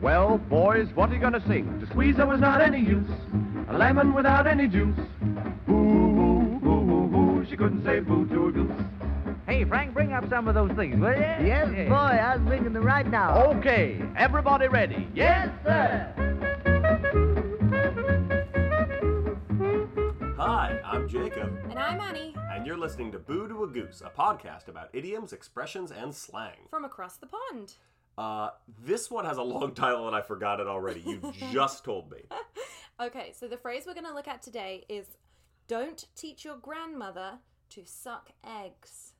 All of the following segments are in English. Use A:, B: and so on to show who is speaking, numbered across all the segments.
A: Well, boys, what are you going to sing? The squeezer was not any use, a lemon without any juice. Boo, boo, boo, boo, boo. She couldn't say boo to a goose.
B: Hey, Frank, bring up some of those things, will you?
C: Yes, boy, I was thinking them right now.
A: Okay, everybody ready? Yes?
C: sir.
D: Hi, I'm Jacob,
E: And I'm Annie
D: and you're listening to Boo to a Goose, a podcast about idioms, expressions, and slang.
E: from across the pond.
D: Uh, this one has a long title and I forgot it already. You just told me.
E: Okay, so the phrase we're going to look at today is don't teach your grandmother to suck eggs.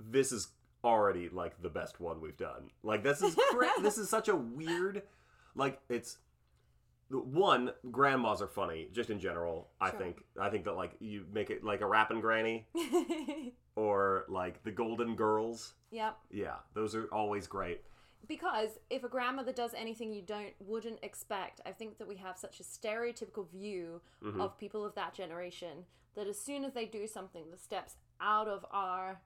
D: This is already like the best one we've done. Like this is cra- this is such a weird like it's one grandmas are funny just in general. I
E: Sure.
D: think I think that like you make it like a rapping granny or like the golden girls.
E: yep.
D: Yeah, those are always great.
E: Because if a grandmother does anything you don't wouldn't expect, I think that we have such a stereotypical view of people of that generation that as soon as they do something that steps out of our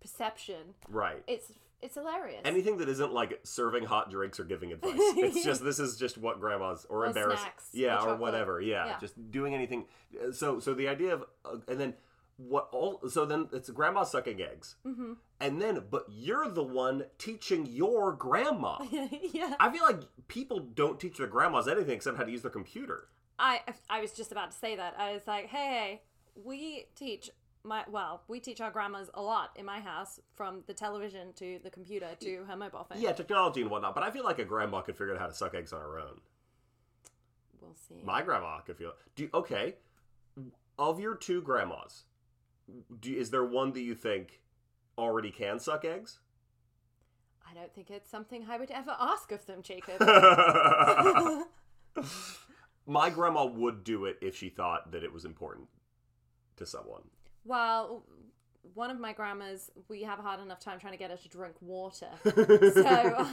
E: perception,
D: Right.
E: it's it's hilarious.
D: Anything that isn't like serving hot drinks or giving advice. It's just this is just what grandmas or,
E: Or
D: embarrass,
E: snacks, or
D: yeah, or,
E: chocolate.
D: whatever, yeah,
E: Yeah.
D: just doing anything. Uh, So so the idea of uh, and then what all so then it's grandma sucking eggs,
E: Mhm.
D: and then but you're the one teaching your grandma.
E: yeah.
D: I feel like people don't teach their grandmas anything except how to use their computer.
E: I I was just about to say that. I was like, hey, hey, we teach my well, we teach our grandmas a lot in my house, from the television to the computer to her mobile phone.
D: Yeah, technology and whatnot, but I feel like a grandma could figure out how to suck eggs on her own.
E: we'll see.
D: My grandma could feel it. Do you- okay. Of your two grandmas, do, is there one that you think already can suck eggs?
E: I don't think it's something I would ever ask of them, Jacob.
D: My grandma would do it if she thought that it was important to someone.
E: well, one of my grandmas, we have a hard enough time trying to get her to drink water, so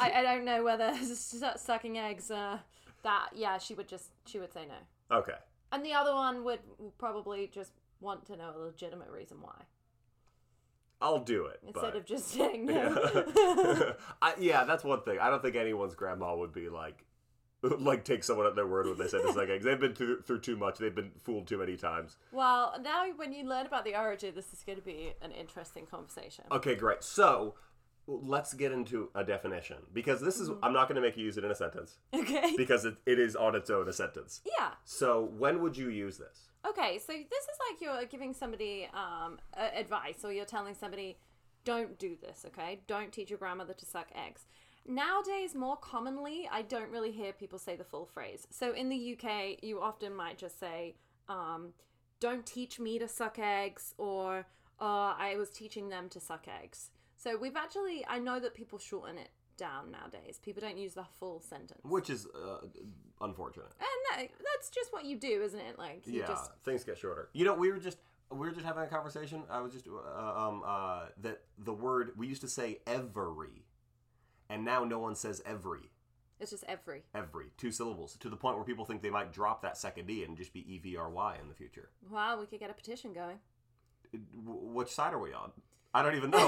E: I, I don't know whether su- sucking eggs. Uh, that yeah, she would just she would say no,
D: Okay.
E: and the other one would probably just want to know a legitimate reason why.
D: I'll do it.
E: instead
D: but-
E: of just saying no.
D: yeah. I, yeah, that's one thing. I don't think anyone's grandma would be like, like take someone at their word when they said to suck eggs. They've been through, through too much. They've been fooled too many times.
E: well, now when you learn about the origin, this is going to be an interesting conversation.
D: Okay, great. So let's get into a definition because this is I'm not going to make you use it in a sentence
E: Okay.
D: because it, it is on its own a sentence.
E: Yeah.
D: So when would you use this?
E: Okay. So this is like you're giving somebody um, uh, advice, or you're telling somebody, "Don't do this." Okay. Don't teach your grandmother to suck eggs. Nowadays, more commonly, I don't really hear people say the full phrase. So in the UK, you often might just say, um, "Don't teach me to suck eggs," or uh, "I was teaching them to suck eggs." So we've actually, I know that people shorten it down nowadays. People don't use the full sentence.
D: Which is uh, unfortunate.
E: and that, that's just what you do, isn't it? Like you
D: yeah,
E: just
D: things get shorter. You know, we were just we were just having a conversation. I was just uh, um uh that the word we used to say every, and now no one says every.
E: it's just every.
D: Every two syllables to the point where people think they might drop that second e and just be e v r y in the future.
E: Wow, we could get a petition going.
D: W- which side are we on? I don't even know.
E: I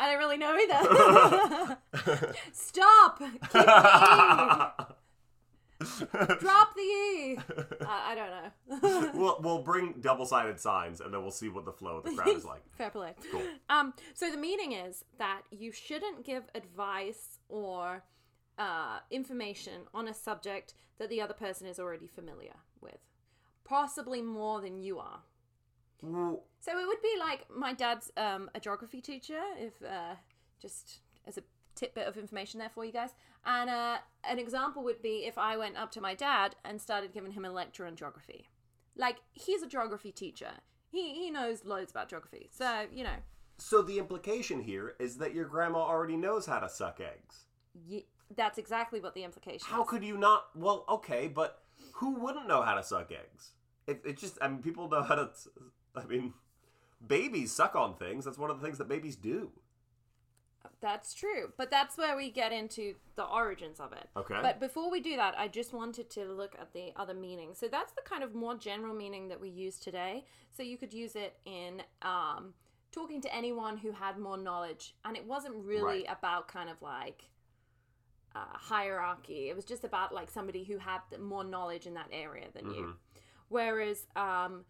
E: don't really know either. Stop! Keep the E! Drop the E! I, I don't know.
D: we'll, we'll bring double sided signs and then we'll see what the flow of the crowd is like.
E: Fair play. Um, so the meaning is that you shouldn't give advice or uh, information on a subject that the other person is already familiar with, possibly more than you are.
D: Well,
E: So it would be like my dad's um, a geography teacher, if uh, just as a tidbit of information there for you guys. And uh, an example would be if I went up to my dad and started giving him a lecture on geography. Like he's a geography teacher. He he knows loads about geography. So you know,
D: So the implication here is that your grandma already knows how to suck eggs.
E: ye- that's exactly what the implication.
D: How
E: is.
D: could you not? Well, okay, but who wouldn't know how to suck eggs? It, it's just, I mean, people know how to. s- I mean, babies suck on things. That's one of the things that babies do.
E: That's true. But that's where we get into the origins of it.
D: Okay.
E: But before we do that, I just wanted to look at the other meaning. So that's the kind of more general meaning that we use today. So you could use it in um, talking to anyone who had more knowledge. And it wasn't really
D: Right.
E: about kind of like uh, hierarchy. It was just about like somebody who had th- more knowledge in that area than you.
D: Mm-hmm.
E: Whereas um,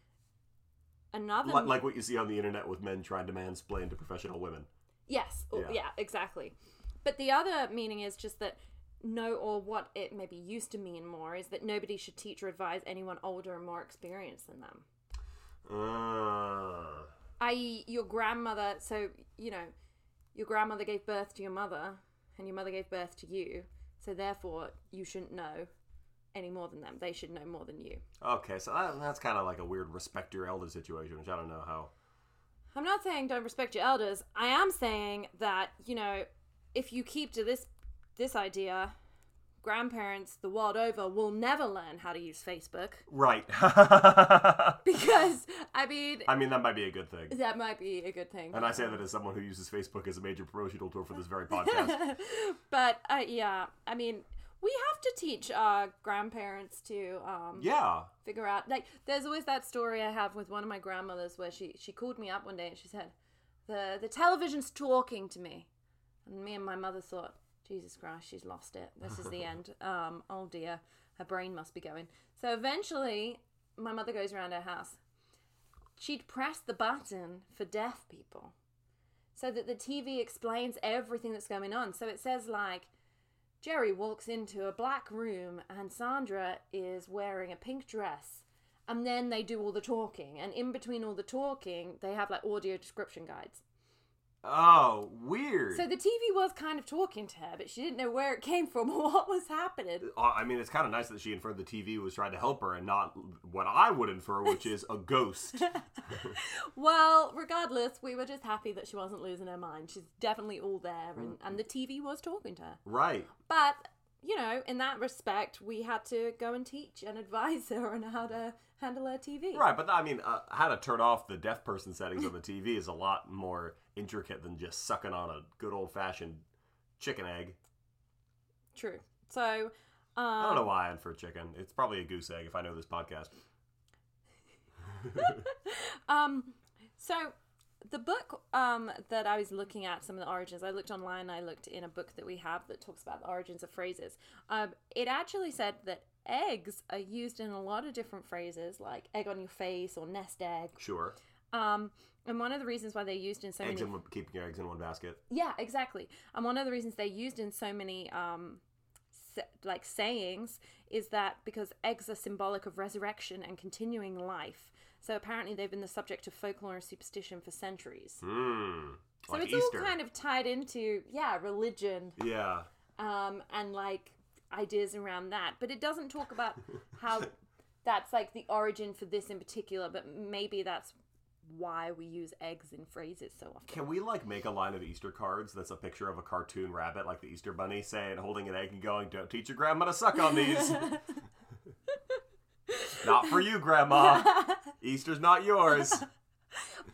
E: another
D: Li- like what you see on the internet with men trying to mansplain to professional women.
E: Yes. or-
D: Yeah.
E: Yeah. exactly. But the other meaning is just that no, or what it maybe used to mean more, is that nobody should teach or advise anyone older and more experienced than them.
D: Uh,
E: I.e., your grandmother, so, you know, your grandmother gave birth to your mother, and your mother gave birth to you, so therefore you shouldn't know any more than them. They should know more than you.
D: okay, so that, that's kind of like a weird respect your elder situation, which I don't know how.
E: I'm not saying don't respect your elders. I am saying that you know, if you keep to this this idea, grandparents the world over will never learn how to use Facebook
D: Right.
E: because I mean
D: I mean, that might be a good thing.
E: that might be a good thing.
D: And I say that as someone who uses Facebook as a major promotional tool for this very podcast.
E: but uh, yeah, I mean we have to teach our grandparents to um,
D: yeah.
E: figure out like there's always that story I have with one of my grandmothers where she she called me up one day and she said the the television's talking to me and me and my mother thought Jesus Christ she's lost it this is the end um oh dear her brain must be going so eventually my mother goes around her house she'd press the button for deaf people so that the TV explains everything that's going on so it says like Jerry walks into a black room and Sandra is wearing a pink dress. And then they do all the talking. And in between all the talking, they have like audio description guides.
D: Oh, weird.
E: So the TV was kind of talking to her, but she didn't know where it came from or what was happening.
D: Uh, I mean, it's kind of nice that she inferred the TV was trying to help her and not what I would infer, which is a ghost.
E: Well, regardless, we were just happy that she wasn't losing her mind. She's definitely all there. And, and the TV was talking to her.
D: right.
E: But, you know, in that respect, we had to go and teach and advise her on how to handle her TV.
D: Right, but I mean, uh, how to turn off the deaf person settings on the TV is a lot more intricate than just sucking on a good old fashioned chicken egg.
E: True. So. Um,
D: I don't know why I infer chicken. It's probably a goose egg if I know this podcast.
E: Um, so the book um, that I was looking at, some of the origins, I looked online, I looked in a book that we have that talks about the origins of phrases. Um, it actually said that eggs are used in a lot of different phrases, like egg on your face or nest egg.
D: Sure.
E: Um, and one of the reasons why they're used in so
D: Eggs
E: many.
D: in one, keeping your eggs in one basket.
E: Yeah, exactly. And one of the reasons they're used in so many um, s- like sayings is that because eggs are symbolic of resurrection and continuing life. So apparently they've been the subject of folklore and superstition for centuries.
D: Hmm.
E: so
D: like
E: it's
D: Easter.
E: all kind of tied into yeah, religion
D: Yeah.
E: um, and like ideas around that. But it doesn't talk about how that's like the origin for this in particular. But maybe that's why we use eggs in phrases so often.
D: Can we like make a line of Easter cards that's a picture of a cartoon rabbit, like the Easter Bunny, saying holding an egg and going, "Don't teach your grandma to suck on these." not for you, Grandma. Easter's not yours.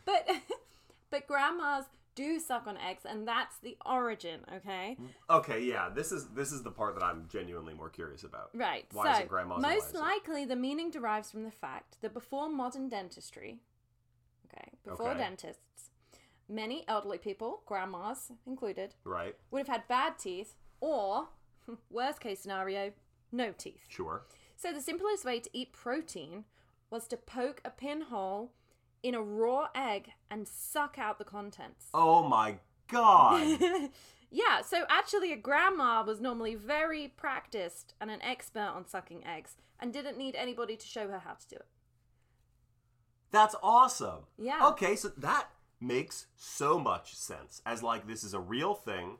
E: but but grandmas do suck on eggs and that's the origin okay
D: Hmm. Okay, yeah. This is this is the part that I'm genuinely more curious about.
E: right
D: Why
E: so
D: is it grandma's and why
E: most
D: is it-
E: likely the meaning derives from the fact that before modern dentistry okay before
D: Okay.
E: dentists many elderly people grandmas included
D: Right.
E: would have had bad teeth or worst case scenario no teeth
D: Sure.
E: So the simplest way to eat protein was to poke a pinhole in a raw egg and suck out the contents.
D: Oh my god.
E: Yeah, so actually a grandma was normally very practiced and an expert on sucking eggs and didn't need anybody to show her how to do it.
D: That's awesome.
E: Yeah.
D: Okay, so that makes so much sense. As like this is a real thing.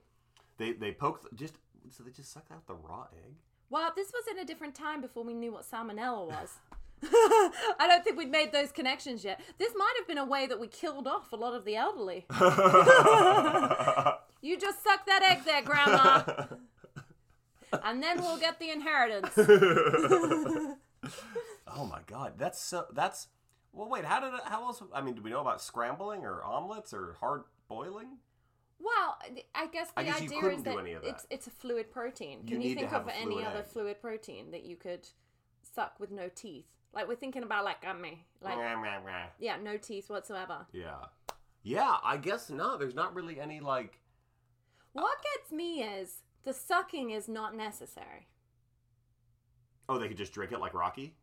D: They they poke the, just so they just sucked out the raw egg.
E: Well, this was in a different time before we knew what salmonella was. I don't think we'd made those connections yet. This might have been a way that we killed off a lot of the elderly. you just suck that egg there, Grandma. and then we'll get the inheritance.
D: Oh my god, that's so that's well wait, how did it, how else I mean, do we know about scrambling or omelets or hard boiling?
E: Well, I- I guess the
D: I guess you
E: idea
D: couldn't
E: is
D: do
E: that,
D: any of
E: it's
D: that.
E: it's a fluid protein.
D: You
E: Can
D: need
E: you,
D: to
E: think
D: have
E: of
D: a
E: any
D: fluid
E: other
D: egg.
E: fluid protein that you could suck with no teeth? Like we're thinking about like gummy, like yeah, no teeth whatsoever.
D: Yeah. Yeah, I guess not. There's not really any like
E: What gets me is The sucking is not necessary.
D: Oh, they could just drink it like Rocky?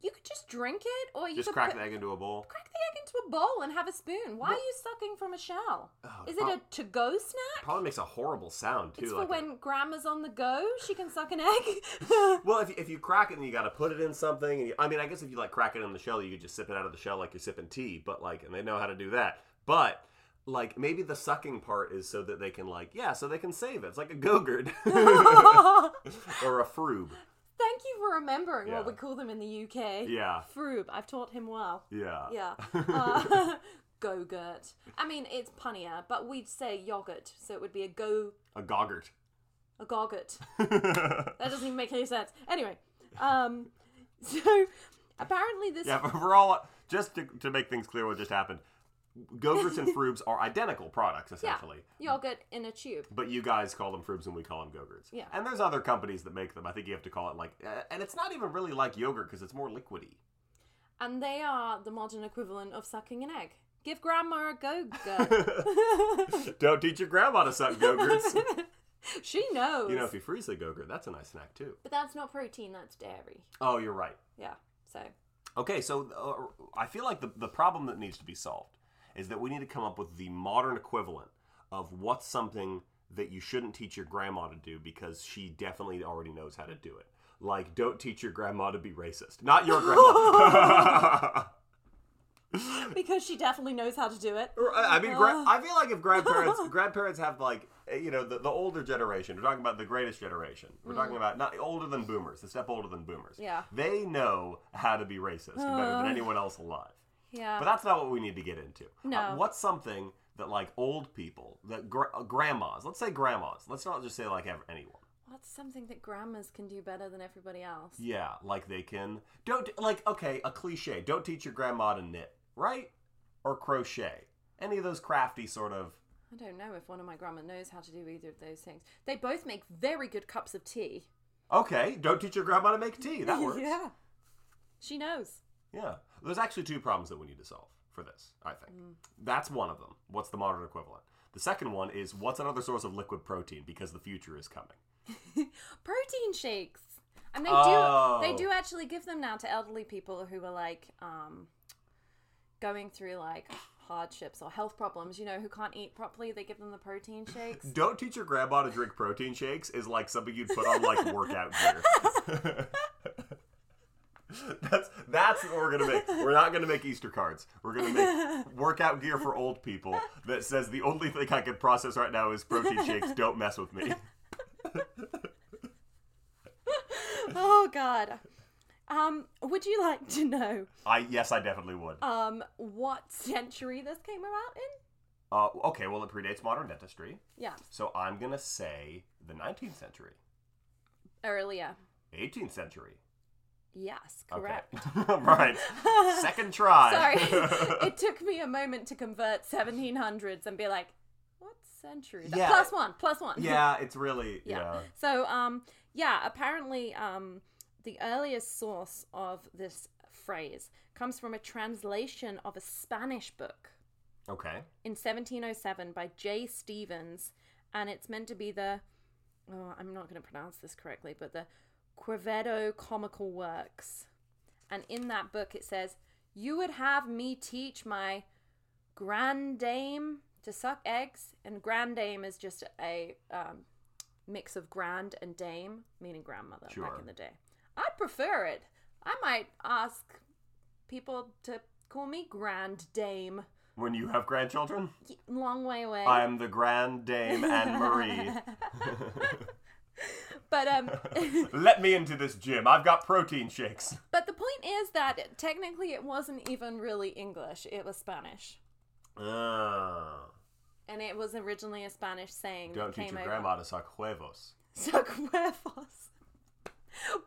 E: You could just drink it, or you
D: Just
E: could
D: crack
E: put-
D: the egg into a bowl?
E: crack the egg into a bowl and have a spoon. Why are you sucking from a shell?
D: Oh,
E: Is it a
D: prob-
E: to-go snack?
D: Probably makes a horrible sound, too.
E: it's for
D: like a-
E: when grandma's on the go. She can suck an egg.
D: Well, if you, if you crack it and you got to put it in something, and you, I mean, I guess if you like crack it in the shell, you could just sip it out of the shell like you're sipping tea. But like, and they know how to do that. But like, maybe the sucking part is so that they can like, yeah, so they can save it. It's like a gogurt or a froob.
E: Thank you for remembering what
D: Yeah.
E: we call them in the UK.
D: Yeah.
E: Froob. I've taught him well.
D: Yeah.
E: Yeah. Uh, Go-gurt. I mean, it's punnier, but we'd say yogurt, so it would be a go
D: A gogurt.
E: a gogurt. That doesn't even make any sense. Anyway, um, so apparently this
D: Yeah, for, for all just to, to make things clear, what just happened. Gogurts and froobs are identical products
E: yeah,
D: essentially,
E: yogurt in a tube.
D: but you guys call them froobs and we call them gogurts.
E: Yeah.
D: and there's other companies that make them. I think you have to call it like, eh, and it's not even really like yogurt because it's more liquidy.
E: And they are the modern equivalent of sucking an egg. Give grandma a go go.
D: Don't teach your grandma to suck gogurts.
E: she knows.
D: you know, if you freeze a gogurt, that's a nice snack too.
E: but that's not protein, that's dairy.
D: Oh, you're right.
E: Yeah. So
D: Okay, so uh, I feel like the, the problem that needs to be solved is that we need to come up with the modern equivalent of what's something that you shouldn't teach your grandma to do because she definitely already knows how to do it. Like, don't teach your grandma to be racist. Not your grandma.
E: because she definitely knows how to do it.
D: Or, I I mean, gra- I feel like if grandparents grandparents have like eh, you know the, the older generation, we're talking about the greatest generation. We're talking about not older than boomers, a step older than boomers.
E: Mm. Yeah.
D: they know how to be racist better than anyone else alive.
E: Yeah.
D: But that's not what we need to get into. Uh,
E: No.
D: what's something that like old people, that gr- uh, grandmas, let's say grandmas, let's not just say like ev- anyone.
E: What's something that grandmas can do better than everybody else?
D: Yeah, like they can don't like okay, a cliche. Don't teach your grandma to knit, right? Or crochet. Any of those crafty sort of
E: I don't know if one of my grandma knows how to do either of those things. They both make very good cups of tea.
D: Okay, don't teach your grandma to make tea. That works.
E: yeah. She knows.
D: Yeah. There's actually two problems that we need to solve for this, I think. That's one of them. What's the modern equivalent? The second one is what's another source of liquid protein because the future is coming.
E: Protein shakes. And they
D: Oh.
E: do they do actually give them now to elderly people who are like um going through like hardships or health problems, you know, who can't eat properly, they give them the protein shakes.
D: Don't teach your grandma to drink protein shakes is like something you'd put on like workout gear. that's that's what we're gonna make. We're not gonna make Easter cards. We're gonna make workout gear for old people that says the only thing I can process right now is protein shakes. Don't mess with me.
E: oh god. Um would you like to know
D: I yes, I definitely would.
E: um what century this came about in?
D: Uh, okay, well, it predates modern dentistry.
E: Yeah,
D: So I'm going to say the 19th century,
E: earlier.
D: 18th century.
E: Yes,
D: Okay.
E: correct.
D: right. Second try.
E: Sorry, it took me a moment to convert 1700s and be like, what century? is that?
D: Yeah.
E: Plus one, plus one.
D: yeah, it's really.
E: yeah.
D: Yeah.
E: So, um, yeah, apparently, um, the earliest source of this phrase comes from a translation of a Spanish book
D: Okay.
E: in 1707 by J. Stevens, and it's meant to be the, oh, I'm not going to pronounce this correctly, but the Quevedo Comical Works. And in that book, it says, You would have me teach my grandame to suck eggs, and grandame is just a um, mix of grand and dame, meaning grandmother
D: Sure.
E: back in the day. I prefer it. I might ask people to call me grandame
D: When you have grandchildren,
E: long way away.
D: I'm the Grand Dame Anne Marie.
E: but um,
D: Let me into this gym. I've got protein shakes.
E: but the point is that technically it wasn't even really English; it was Spanish,
D: Uh,
E: and it was originally a Spanish saying
D: don't
E: that
D: teach
E: came
D: your
E: over.
D: grandma to suck huevos.
E: Suck huevos.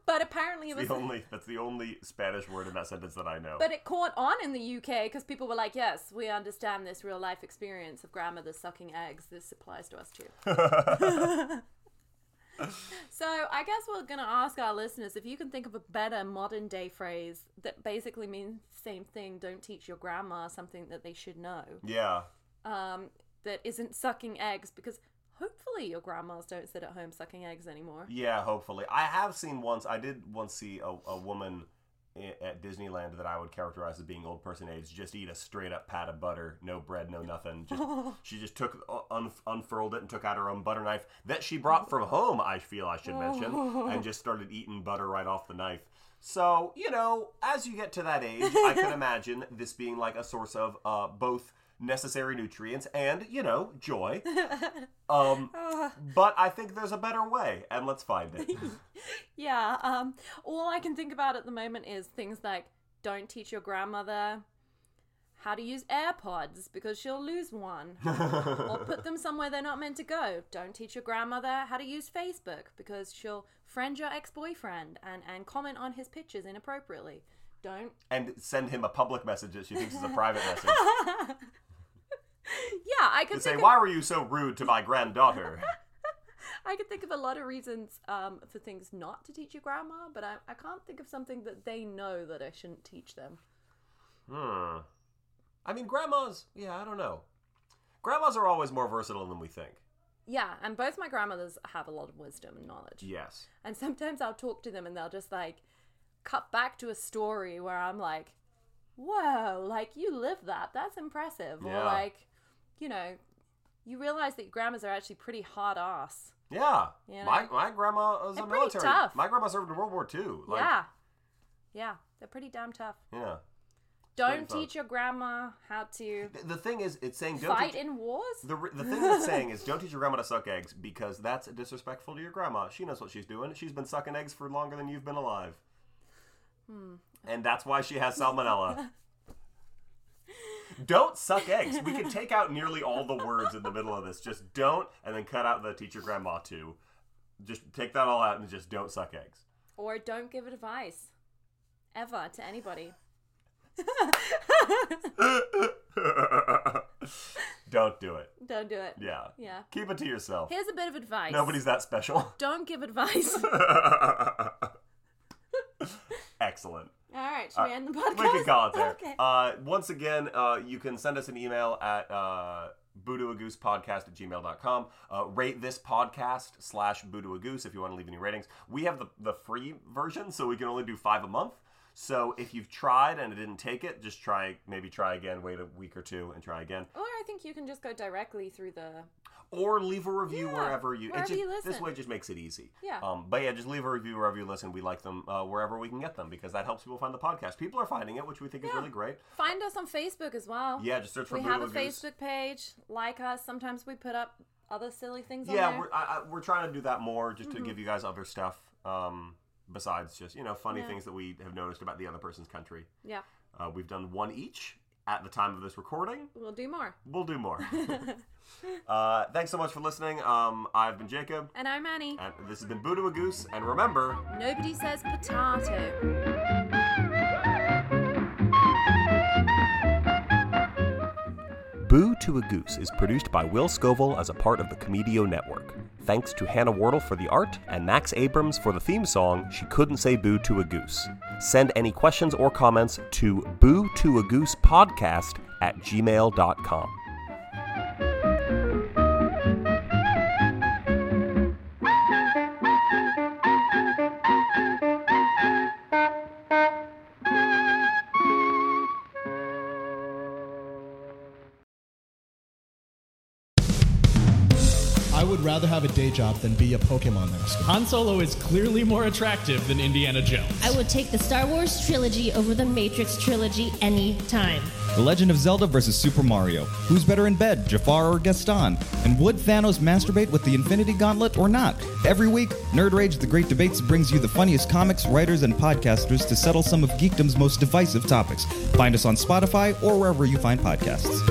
E: But apparently it was.
D: The only, that's the only Spanish word in that sentence that I know.
E: But it caught on in the UK because people were like, "Yes, we understand this real life experience of grandmother sucking eggs. This applies to us too." so I guess we're gonna ask our listeners if you can think of a better modern day phrase that basically means the same thing. Don't teach your grandma something that they should know.
D: yeah.
E: Um, that isn't sucking eggs because hopefully Hopefully, your grandmas don't sit at home sucking eggs anymore.
D: Yeah, hopefully. I have seen once. I did once see a, a woman i- at Disneyland that I would characterize as being old person age. Just eat a straight up pat of butter, no bread, no nothing. Just she just took uh, un, unfurled it and took out her own butter knife that she brought from home. I feel I should mention, and just started eating butter right off the knife. So you know, as you get to that age, I can imagine this being like a source of uh, both necessary nutrients and you know joy. Um, but I think there's a better way, and let's find it.
E: Yeah. Um, all I can think about at the moment is things like don't teach your grandmother how to use AirPods because she'll lose one, or put them somewhere they're not meant to go. Don't teach your grandmother how to use Facebook because she'll friend your ex-boyfriend and and comment on his pictures inappropriately. Don't.
D: and send him a public message that she thinks is a private message
E: Yeah, I could
D: to say,
E: think of-
D: "Why were you so rude to my granddaughter?"
E: I could think of a lot of reasons um, for things not to teach your grandma, but I, I can't think of something that they know that I shouldn't teach them.
D: Hmm. I mean, grandmas. Yeah, I don't know. Grandmas are always more versatile than we think.
E: Yeah, and both my grandmothers have a lot of wisdom and knowledge.
D: Yes.
E: And sometimes I'll talk to them and they'll just like cut back to a story where I'm like, whoa, like you live that. That's impressive. Or
D: Yeah.
E: like, you know, you realize that your grandmas are actually pretty hard ass.
D: Yeah.
E: You
D: My
E: know?
D: my grandma was
E: They're
D: a
E: pretty
D: military.
E: tough.
D: My grandma served in World War II. Like,
E: yeah. Yeah, they're pretty damn tough.
D: Yeah.
E: Don't
D: fun.
E: teach your grandma how to
D: The, the thing is, it's saying don't
E: fight
D: teach-
E: in wars.
D: the, the thing it's saying is don't teach your grandma to suck eggs because that's disrespectful to your grandma. She knows what she's doing. She's been sucking eggs for longer than you've been alive. And that's why she has salmonella. don't suck eggs. We can take out nearly all the words in the middle of this. Just don't, and then cut out the teach your grandma too. Just take that all out and just don't suck eggs.
E: or don't give advice ever to anybody.
D: don't do it.
E: Don't do it.
D: Yeah.
E: Yeah.
D: Keep it to yourself.
E: Here's a bit of advice.
D: Nobody's that special.
E: Don't give advice.
D: Excellent.
E: All right,
D: Uh,
E: should we end the podcast?
D: We can call it there.
E: Okay.
D: Uh, once again, uh, you can send us an email at uh, boodooagoosepodcast at gmail.com. Uh, rate this podcast slash boodooagoose if you want to leave any ratings. We have the, the free version, so we can only do five a month. So if you've tried and it didn't take it, just try, maybe try again, wait a week or two and try again.
E: or I think you can just go directly through the.
D: Or leave a review
E: Yeah,
D: wherever you, it
E: wherever
D: just-
E: you
D: This
E: listen.
D: way just makes it easy.
E: Yeah.
D: Um, but yeah, just leave a review wherever you listen. We like them uh, wherever we can get them because that helps people find the podcast. People are finding it, which we think is
E: Yeah.
D: really great.
E: Find us on Facebook as well.
D: Yeah, just search for
E: We have a
D: Boodle Goose.
E: Facebook page. Like us. Sometimes we put up other silly things on
D: Yeah,
E: there. Mm-hmm.
D: we're, I, I, we're trying to do that more just to give you guys other stuff um, besides just, you know, funny
E: Yeah.
D: things that we have noticed about the other person's country.
E: yeah,
D: Uh, we've done one each at the time of this recording.
E: we'll do more.
D: We'll do more. uh, thanks so much for listening. Um, I've been Jacob,
E: And I'm Annie.
D: and this has been Boo to a Goose. And remember,
E: Nobody says potato.
D: Boo to a Goose is produced by Will Scoville as a part of the Comedio Network. Thanks to Hannah Wardle for the art and Max Abrams for the theme song, She Couldn't Say Boo to a Goose. Send any questions or comments to boo to a goose podcast at gmail.com.
F: I would rather have a day job than be a Pokemon master.
G: Han Solo is clearly more attractive than Indiana Jones.
H: I would take the Star Wars trilogy over the Matrix trilogy any time.
I: The Legend of Zelda versus Super Mario. Who's better in bed, Jafar or Gaston? And would Thanos masturbate with the Infinity Gauntlet or not? Every week, Nerd Rage The Great Debates brings you the funniest comics, writers, and podcasters to settle some of geekdom's most divisive topics. Find us on Spotify or wherever you find podcasts.